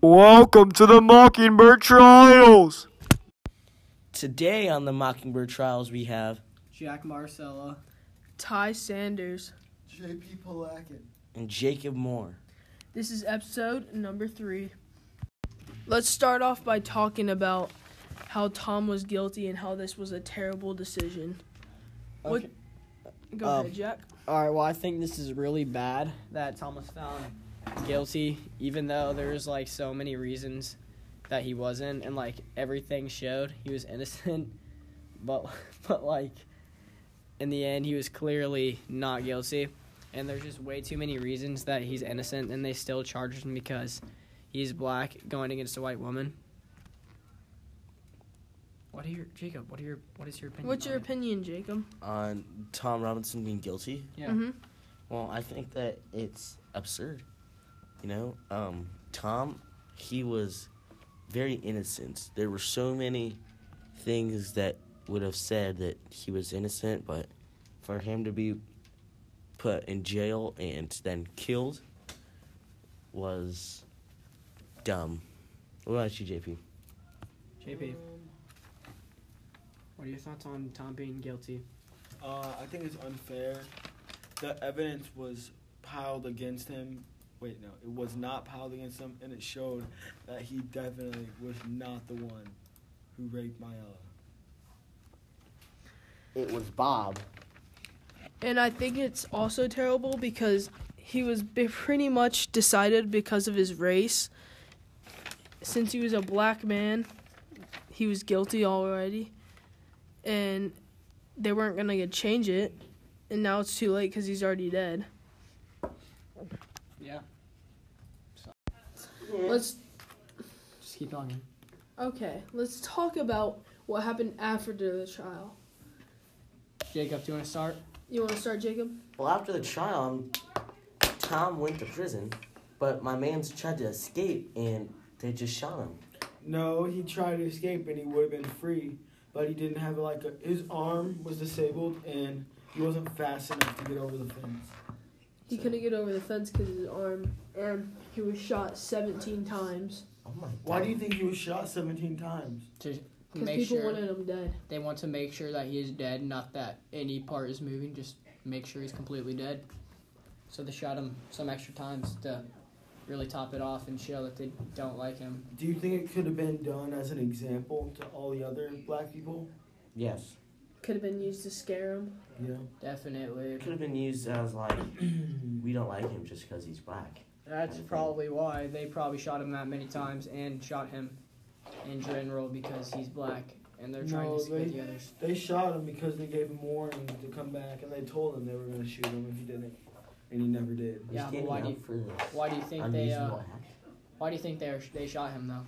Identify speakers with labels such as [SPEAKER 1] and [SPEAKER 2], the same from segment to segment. [SPEAKER 1] Welcome to the Mockingbird Trials!
[SPEAKER 2] Today on the Mockingbird Trials, we have
[SPEAKER 3] Jack Marcella.
[SPEAKER 4] Ty Sanders.
[SPEAKER 3] JP Palakin.
[SPEAKER 2] Jacob Moore.
[SPEAKER 4] This is episode number three. Let's start off by talking about how Tom was guilty and how this was a terrible decision. What- Go
[SPEAKER 3] Um,
[SPEAKER 4] ahead, Jack.
[SPEAKER 3] All right. Well, I think this is really bad that Tom was found guilty, even though there's like so many reasons that he wasn't, and like everything showed he was innocent. But but like in the end, he was clearly not guilty, and there's just way too many reasons that he's innocent, and they still charged him because he's black going against a white woman. What are your Jacob? What are your what is your opinion?
[SPEAKER 4] What's
[SPEAKER 3] on
[SPEAKER 4] your
[SPEAKER 3] it?
[SPEAKER 4] opinion, Jacob?
[SPEAKER 2] On Tom Robinson being guilty.
[SPEAKER 3] Yeah.
[SPEAKER 4] hmm
[SPEAKER 2] Well, I think that it's absurd. You know, um, Tom, he was very innocent. There were so many things that would have said that he was innocent, but for him to be put in jail and then killed was dumb. What about you, JP?
[SPEAKER 3] JP. What are your thoughts on Tom being guilty?
[SPEAKER 5] Uh, I think it's unfair. The evidence was piled against him. Wait, no, it was not piled against him, and it showed that he definitely was not the one who raped Myella.
[SPEAKER 2] It was Bob.
[SPEAKER 4] And I think it's also terrible because he was be- pretty much decided because of his race. Since he was a black man, he was guilty already. And they weren't going to change it. And now it's too late because he's already dead.
[SPEAKER 3] Yeah.
[SPEAKER 4] Let's
[SPEAKER 3] Just keep talking.
[SPEAKER 4] okay. Let's talk about what happened after the trial.
[SPEAKER 3] Jacob, do you want to start?
[SPEAKER 4] You want to start, Jacob?
[SPEAKER 2] Well, after the trial, um, Tom went to prison, but my man's tried to escape and they just shot him.
[SPEAKER 5] No, he tried to escape and he would have been free, but he didn't have like a, his arm was disabled and he wasn't fast enough to get over the fence.
[SPEAKER 4] He couldn't get over the fence because of his arm, and he was shot 17 times
[SPEAKER 2] Oh my god.
[SPEAKER 5] Why do you think he was shot 17 times?
[SPEAKER 3] To
[SPEAKER 4] because
[SPEAKER 3] make
[SPEAKER 4] people
[SPEAKER 3] sure
[SPEAKER 4] wanted him dead.
[SPEAKER 3] they want to make sure that he is dead, not that any part is moving. Just make sure he's completely dead. So they shot him some extra times to really top it off and show that they don't like him.
[SPEAKER 5] Do you think it could have been done as an example to all the other black people?
[SPEAKER 2] Yes.
[SPEAKER 4] Could have been used to scare him.
[SPEAKER 5] Yeah.
[SPEAKER 3] Definitely.
[SPEAKER 2] It could have been used as like, we don't like him just because he's black.
[SPEAKER 3] That's probably why they probably shot him that many times and shot him in general because he's black and they're trying
[SPEAKER 5] No,
[SPEAKER 3] to scare
[SPEAKER 5] they-
[SPEAKER 3] the others.
[SPEAKER 5] They shot him because they gave him warning to come back, and they told him they were going to shoot him if he didn't, and he never did.
[SPEAKER 2] He's
[SPEAKER 3] Yeah, but
[SPEAKER 2] getting
[SPEAKER 3] why do
[SPEAKER 2] up
[SPEAKER 3] you-
[SPEAKER 2] for this
[SPEAKER 3] Why do you think they uh,
[SPEAKER 2] unreasonable act.
[SPEAKER 3] Why do you think they are, they shot him though?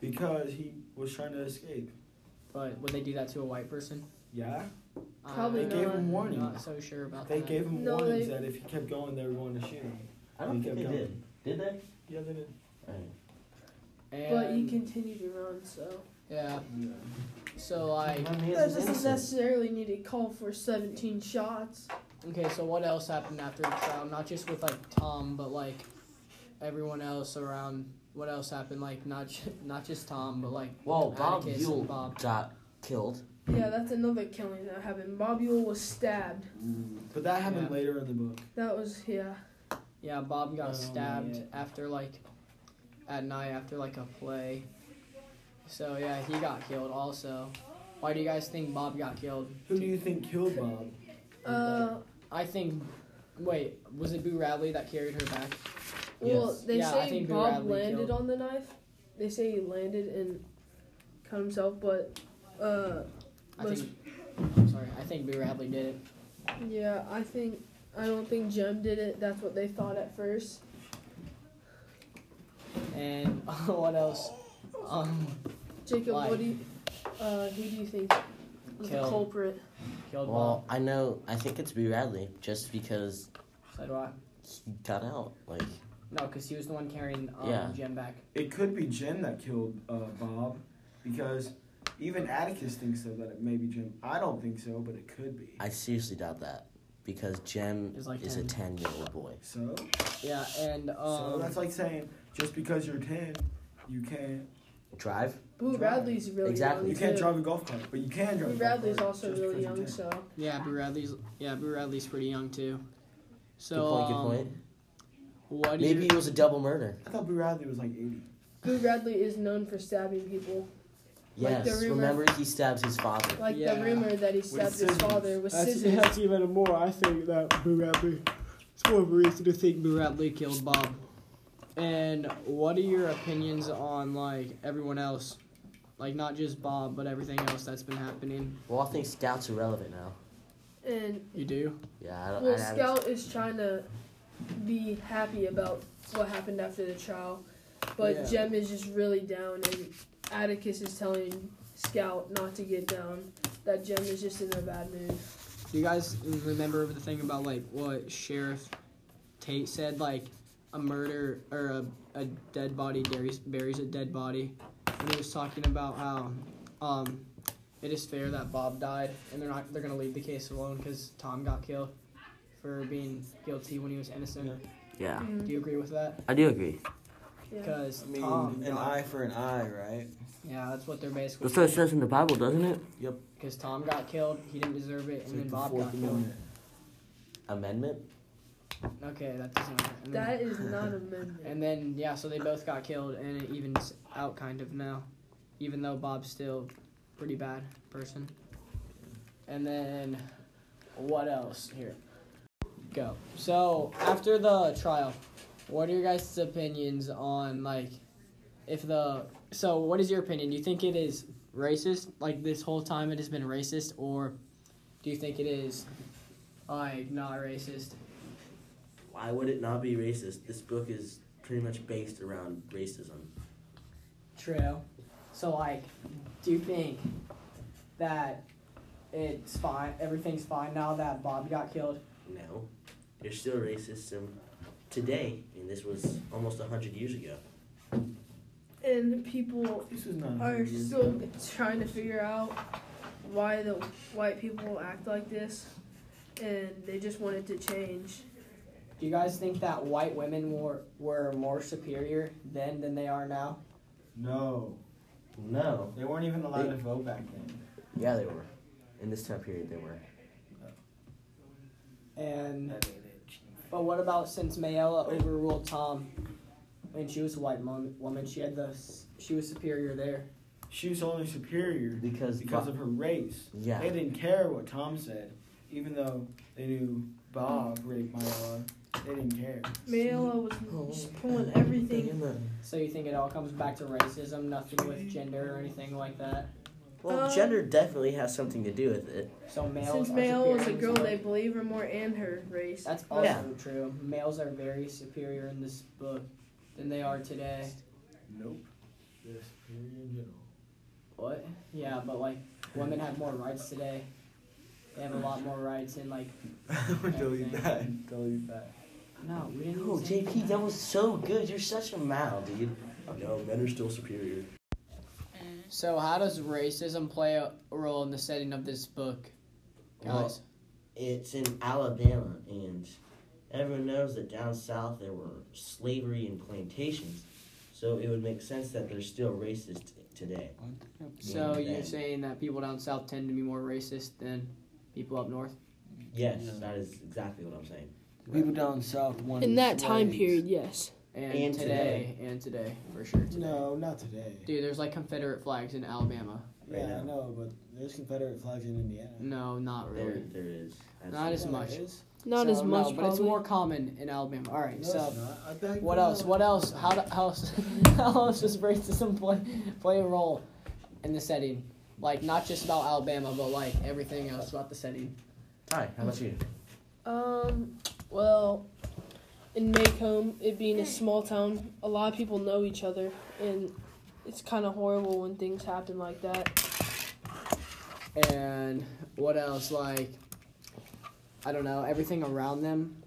[SPEAKER 5] Because he was trying to escape.
[SPEAKER 3] But would they do that to a white person?
[SPEAKER 5] Yeah?
[SPEAKER 4] Probably
[SPEAKER 5] They gave
[SPEAKER 4] not.
[SPEAKER 5] him
[SPEAKER 3] I'm
[SPEAKER 5] warning.
[SPEAKER 3] not so sure about
[SPEAKER 5] They
[SPEAKER 3] that.
[SPEAKER 5] gave him
[SPEAKER 4] No,
[SPEAKER 5] warnings
[SPEAKER 4] they-
[SPEAKER 5] that if he kept going, they were going to shoot him.
[SPEAKER 2] I don't
[SPEAKER 5] They
[SPEAKER 2] think they
[SPEAKER 5] kept
[SPEAKER 2] did. Did they?
[SPEAKER 5] Yeah, they did.
[SPEAKER 2] Alright.
[SPEAKER 3] and,
[SPEAKER 4] But he continued to run, so
[SPEAKER 3] Yeah.
[SPEAKER 5] Yeah.
[SPEAKER 3] So like,
[SPEAKER 2] My man's
[SPEAKER 4] that
[SPEAKER 2] is
[SPEAKER 4] doesn't
[SPEAKER 2] innocent.
[SPEAKER 4] necessarily need to call for 17 shots.
[SPEAKER 3] okay. So what else happened after the trial? Not just with like Tom, but like everyone else around. What else happened? Like not ju- not just Tom, but like
[SPEAKER 2] Well, Oh, Bob
[SPEAKER 3] Atticus
[SPEAKER 2] Yule
[SPEAKER 3] and Bob.
[SPEAKER 2] got killed.
[SPEAKER 4] Yeah, that's another killing that happened. Bob Yule was stabbed.
[SPEAKER 5] But that happened
[SPEAKER 3] Yeah.
[SPEAKER 5] later in the book.
[SPEAKER 4] That was yeah.
[SPEAKER 3] Yeah, Bob got
[SPEAKER 5] Oh,
[SPEAKER 3] stabbed
[SPEAKER 5] yeah.
[SPEAKER 3] after like at night after like a play. So yeah, he got killed also. Why do you guys think Bob got killed?
[SPEAKER 5] Who do you think killed Bob?
[SPEAKER 4] Uh,
[SPEAKER 3] I think. Wait, was it Boo Radley that carried her back?
[SPEAKER 4] well,
[SPEAKER 5] Yes.
[SPEAKER 4] they
[SPEAKER 3] Yeah, I
[SPEAKER 4] say
[SPEAKER 3] think Boo
[SPEAKER 4] Bob
[SPEAKER 3] Radley
[SPEAKER 4] landed
[SPEAKER 3] killed.
[SPEAKER 4] on the knife. They say he landed and cut himself, but uh,
[SPEAKER 3] I
[SPEAKER 4] was
[SPEAKER 3] think. I'm sorry, I think Boo Radley did it.
[SPEAKER 4] Yeah, I think I don't think Jem did it. That's what they thought at first.
[SPEAKER 3] And what else? Um,
[SPEAKER 4] Jacob,
[SPEAKER 3] Why?
[SPEAKER 4] what do you, uh, who do you think was the
[SPEAKER 3] Killed.
[SPEAKER 4] culprit?
[SPEAKER 3] killed
[SPEAKER 2] Well, I know. I think it's B. Radley just because
[SPEAKER 3] Bob. So do I.
[SPEAKER 2] he got out. Like,
[SPEAKER 3] No, because he was the one carrying um,
[SPEAKER 2] Yeah.
[SPEAKER 3] Jen back.
[SPEAKER 5] It could be Jim that killed uh, Bob, because even Atticus thinks so that it may be Jim. I don't think so, but it could be.
[SPEAKER 2] I seriously doubt that because Jem
[SPEAKER 3] He's like
[SPEAKER 2] is
[SPEAKER 3] 10.
[SPEAKER 2] a ten-year-old boy.
[SPEAKER 5] So,
[SPEAKER 3] Yeah, and um,
[SPEAKER 5] so that's like saying just because you're ten You can't.
[SPEAKER 2] Drive?
[SPEAKER 4] Boo Radley's really
[SPEAKER 2] Exactly.
[SPEAKER 4] young.
[SPEAKER 5] You can't
[SPEAKER 4] too.
[SPEAKER 5] drive a golf cart, but you can drive.
[SPEAKER 4] Boo
[SPEAKER 5] a golf
[SPEAKER 4] Radley's
[SPEAKER 5] cart
[SPEAKER 4] also
[SPEAKER 5] just
[SPEAKER 4] really
[SPEAKER 5] because you
[SPEAKER 4] young,
[SPEAKER 5] can.
[SPEAKER 4] so
[SPEAKER 3] Yeah, Boo Radley's. Yeah, Boo Radley's pretty young too. So
[SPEAKER 2] Good point, good
[SPEAKER 3] um,
[SPEAKER 2] point.
[SPEAKER 3] what do
[SPEAKER 2] Maybe
[SPEAKER 3] you?
[SPEAKER 2] it was a double murder.
[SPEAKER 5] I thought Boo Radley was like eighty.
[SPEAKER 4] Boo Radley is known for stabbing people. Like
[SPEAKER 2] Yes.
[SPEAKER 4] the rumor-
[SPEAKER 2] Remember, he stabs his father.
[SPEAKER 4] Like
[SPEAKER 3] Yeah.
[SPEAKER 4] the rumor that he stabbed his
[SPEAKER 5] scissors.
[SPEAKER 4] father with
[SPEAKER 3] That's,
[SPEAKER 4] scissors.
[SPEAKER 3] that's even more. I think that Boo Radley. It's more of a reason to think Boo Radley killed Bob. And what are your opinions on like everyone else, like not just Bob, but everything else that's been happening?
[SPEAKER 2] Well, I think scouts are relevant now.
[SPEAKER 4] And
[SPEAKER 3] You do?
[SPEAKER 2] Yeah, I don't.
[SPEAKER 4] well,
[SPEAKER 2] I, I,
[SPEAKER 4] Scout is trying to be happy about what happened after the trial, but
[SPEAKER 3] Yeah.
[SPEAKER 4] Jem is just really down, and Atticus is telling Scout not to get down. That Jem is just in a bad mood.
[SPEAKER 3] Do you guys remember the thing about like what Sheriff Tate said? Like a murder or a, a dead body buries, buries a dead body. And he was talking about how um, it is fair that Bob died, and they're not they're gonna leave the case alone because Tom got killed for being guilty when he was innocent.
[SPEAKER 2] yeah,
[SPEAKER 3] Do you agree with that?
[SPEAKER 2] I do agree.
[SPEAKER 4] Mm-hmm. Yeah.
[SPEAKER 3] Because Tom,
[SPEAKER 5] an eye for an eye, right?
[SPEAKER 3] yeah, that's what they're basically.
[SPEAKER 2] That's what it says in the Bible, doesn't it?
[SPEAKER 3] Because Tom got killed, he didn't deserve it, and then Bob got killed.
[SPEAKER 2] Amendment.
[SPEAKER 3] Okay, that doesn't. and then-
[SPEAKER 4] That is not a memory.
[SPEAKER 3] And then yeah, so they both got killed, and it evens out kind of now, even though Bob's still pretty bad person. And then what else here? Go. So after the trial, what are your guys' opinions on like if the so what is your opinion? Do you think it is racist? Like this whole time it has been racist, or do you think it is like not racist?
[SPEAKER 2] Why would it not be racist? This book is pretty much based around racism.
[SPEAKER 3] True. So like, do you think that it's fine? Everything's fine now that Bob got killed.
[SPEAKER 2] No, there's still racism today, and this was almost hundred years ago.
[SPEAKER 4] And people
[SPEAKER 5] This was not.
[SPEAKER 4] are
[SPEAKER 5] 100 years
[SPEAKER 4] still
[SPEAKER 5] ago.
[SPEAKER 4] trying to figure out why the white people act like this, and they just wanted to change.
[SPEAKER 3] Do you guys think that white women were were more superior then than they are now?
[SPEAKER 5] No,
[SPEAKER 2] No.
[SPEAKER 5] they weren't even allowed
[SPEAKER 2] They-
[SPEAKER 5] to vote back then.
[SPEAKER 2] Yeah, they were. In this time period, they were.
[SPEAKER 3] And but what about since Mayella overruled Tom, and she was a white mom, woman? She had the s- she was superior there.
[SPEAKER 5] She was only superior
[SPEAKER 2] Because
[SPEAKER 5] because
[SPEAKER 2] Bo-
[SPEAKER 5] of her race.
[SPEAKER 2] yeah,
[SPEAKER 5] They didn't care what Tom said, even though they knew Bob raped my law. They didn't care.
[SPEAKER 4] Mayla
[SPEAKER 3] Oh.
[SPEAKER 4] was just pulling everything.
[SPEAKER 3] So you think it all comes back to racism, nothing with gender or anything like that?
[SPEAKER 2] Well,
[SPEAKER 4] Um,
[SPEAKER 2] gender definitely has something to do with it.
[SPEAKER 3] So males
[SPEAKER 4] Since
[SPEAKER 3] are
[SPEAKER 4] Mayla was a
[SPEAKER 3] superior to
[SPEAKER 4] girl,
[SPEAKER 3] women.
[SPEAKER 4] they believe her more and her race.
[SPEAKER 3] That's
[SPEAKER 4] But
[SPEAKER 3] also
[SPEAKER 2] Yeah.
[SPEAKER 3] true. Males are very superior in this book than they are today.
[SPEAKER 5] Nope. They're superior in general.
[SPEAKER 3] What? Yeah, but like women have more rights today. They have a lot more rights and like
[SPEAKER 5] delete that. Delete that.
[SPEAKER 3] no, we didn't.
[SPEAKER 2] Oh,
[SPEAKER 3] even say
[SPEAKER 2] JP, that was so good. You're such a mal, dude. No, men are still superior.
[SPEAKER 3] So how does racism play a role in the setting of this book, guys?
[SPEAKER 2] It's in Alabama, and everyone knows that down south there were slavery and plantations, so it would make sense that they're still racist today.
[SPEAKER 3] so
[SPEAKER 2] yeah.
[SPEAKER 3] you're saying that people down south tend to be more racist than people up north?
[SPEAKER 2] Yes, that is exactly what I'm saying.
[SPEAKER 5] People down south wanted
[SPEAKER 4] In that time
[SPEAKER 5] slaves.
[SPEAKER 4] period, yes.
[SPEAKER 3] And,
[SPEAKER 2] And
[SPEAKER 3] today, and today for sure. Today.
[SPEAKER 5] No, not today.
[SPEAKER 3] Dude, there's like Confederate flags in Alabama.
[SPEAKER 2] Right
[SPEAKER 5] yeah,
[SPEAKER 2] now.
[SPEAKER 5] no, but there's Confederate flags in Indiana.
[SPEAKER 3] No, not
[SPEAKER 2] There,
[SPEAKER 3] Oh, really.
[SPEAKER 2] there is.
[SPEAKER 3] Not as
[SPEAKER 5] Yeah,
[SPEAKER 3] much.
[SPEAKER 5] there is.
[SPEAKER 4] Not
[SPEAKER 3] So,
[SPEAKER 4] as
[SPEAKER 3] no,
[SPEAKER 4] much,
[SPEAKER 3] but it's more common in Alabama. All right,
[SPEAKER 5] No,
[SPEAKER 3] so.
[SPEAKER 5] it's not. I beg
[SPEAKER 3] What
[SPEAKER 5] you.
[SPEAKER 3] else? What else? How, do, how else? How else does racism play play a role in the setting? Like not just about Alabama, but like everything else about the setting.
[SPEAKER 2] Hi, how about you?
[SPEAKER 4] Um, well, in Maycomb, it being a
[SPEAKER 3] Hmm.
[SPEAKER 4] small town, a lot of people know each other, and it's kind of horrible when things happen like that.
[SPEAKER 3] And what else? Like I don't know. Everything around them.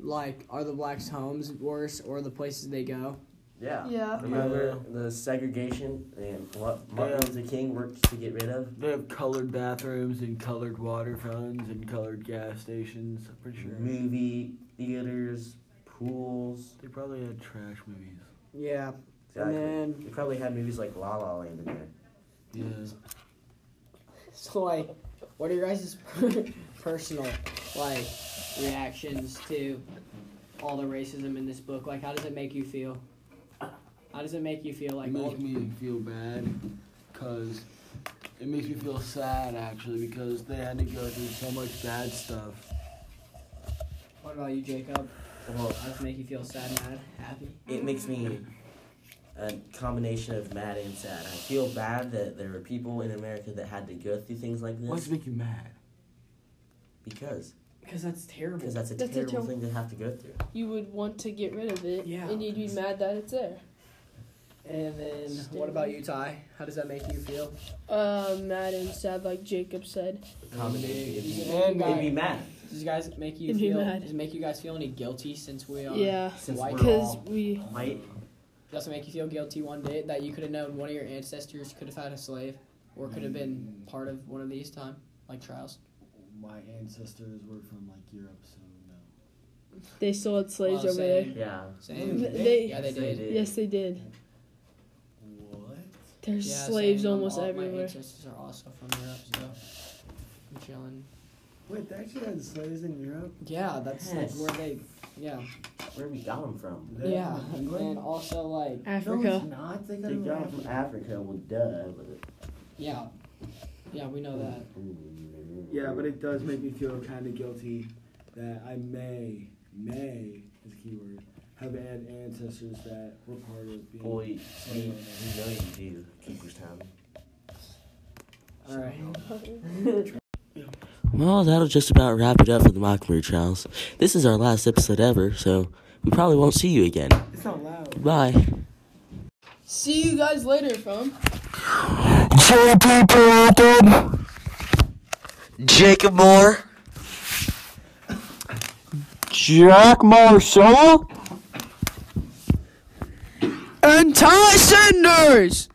[SPEAKER 3] Like are the blacks' homes worse or the places they go?
[SPEAKER 2] Yeah.
[SPEAKER 4] Yeah.
[SPEAKER 2] Remember the segregation and what Martin
[SPEAKER 5] Yeah.
[SPEAKER 2] Luther King worked to get rid of?
[SPEAKER 5] They have colored bathrooms and colored water fountains and colored gas stations. I'm pretty sure.
[SPEAKER 2] Movie theaters, pools.
[SPEAKER 5] They probably had trash movies.
[SPEAKER 3] Yeah.
[SPEAKER 2] Exactly.
[SPEAKER 3] And
[SPEAKER 2] You probably had movies like La La Land in there.
[SPEAKER 6] Yeah.
[SPEAKER 3] So like, what are your guys' per- personal like reactions to all the racism in this book? Like, how does it make you feel? How does it make you feel? Like,
[SPEAKER 5] it
[SPEAKER 3] all-
[SPEAKER 5] makes me feel bad because it makes me feel sad actually because they had to go through so much bad stuff.
[SPEAKER 3] what about you, Jacob?
[SPEAKER 2] Well,
[SPEAKER 3] How does it make you feel sad, mad, happy?
[SPEAKER 2] it makes me a combination of mad and sad. I feel bad that there were people in America that had to go through things like this
[SPEAKER 5] What's make you mad?
[SPEAKER 2] because
[SPEAKER 3] Because that's terrible.
[SPEAKER 2] because that's a
[SPEAKER 4] That's a
[SPEAKER 2] terrible
[SPEAKER 4] terrible-
[SPEAKER 2] thing to have to go through.
[SPEAKER 4] You would want to get rid of it,
[SPEAKER 3] Yeah.
[SPEAKER 4] and you'd be mad that it's there.
[SPEAKER 3] And then, what about you, Ty? How does that make you feel?
[SPEAKER 4] Uh, mad and sad, like Jacob said.
[SPEAKER 2] A combination. It'd be,
[SPEAKER 3] And
[SPEAKER 2] it'd be mad
[SPEAKER 3] Does you guys make you
[SPEAKER 4] It'd be
[SPEAKER 3] feel?
[SPEAKER 4] bad.
[SPEAKER 3] Does it make you guys feel any guilty since we are?
[SPEAKER 4] Yeah,
[SPEAKER 2] since
[SPEAKER 3] Why-
[SPEAKER 2] we're
[SPEAKER 4] because
[SPEAKER 2] all
[SPEAKER 4] we.
[SPEAKER 2] white.
[SPEAKER 3] Does it make you feel guilty one day that you could have known one of your ancestors could have had a slave or could have been part of one of these time like trials?
[SPEAKER 5] Uh, My ancestors were from like Europe, so no.
[SPEAKER 4] They still had slaves
[SPEAKER 3] Well,
[SPEAKER 4] over
[SPEAKER 3] same.
[SPEAKER 4] there.
[SPEAKER 2] Yeah.
[SPEAKER 3] Same.
[SPEAKER 4] Th- they-
[SPEAKER 3] yeah, they did.
[SPEAKER 4] Yes, they did.
[SPEAKER 5] What?
[SPEAKER 4] There's
[SPEAKER 3] Yeah,
[SPEAKER 4] slaves
[SPEAKER 3] same. I'm
[SPEAKER 4] almost
[SPEAKER 3] all- My
[SPEAKER 4] everywhere.
[SPEAKER 3] ancestors are also from Europe, so I'm chilling.
[SPEAKER 5] Wait, they actually had slaves in Europe?
[SPEAKER 3] Yeah, that's like
[SPEAKER 2] Yes.
[SPEAKER 3] where they. Yeah,
[SPEAKER 2] Where we got them from?
[SPEAKER 5] They
[SPEAKER 3] yeah,
[SPEAKER 5] from
[SPEAKER 3] and
[SPEAKER 5] England?
[SPEAKER 3] then also like
[SPEAKER 5] No,
[SPEAKER 4] Africa.
[SPEAKER 5] it's not. They got
[SPEAKER 2] They
[SPEAKER 5] them
[SPEAKER 2] got
[SPEAKER 5] from
[SPEAKER 2] them from Africa. Well, duh.
[SPEAKER 3] yeah, yeah we know that.
[SPEAKER 5] Yeah, but it does make me feel kind of guilty that I may, may, is a key word, have had ancestors that were part of being.
[SPEAKER 2] Boy, we, we know you do, Cooperstown.
[SPEAKER 3] All right,
[SPEAKER 6] Well, that'll just about wrap it up for the Mockingbird Trials. This is our last episode ever, so we probably won't see you again.
[SPEAKER 5] It's not loud.
[SPEAKER 6] Bye.
[SPEAKER 4] See you guys later, from.
[SPEAKER 1] JP Peralta, Jacob Moore, Jack Marcella, and Ty Sanders.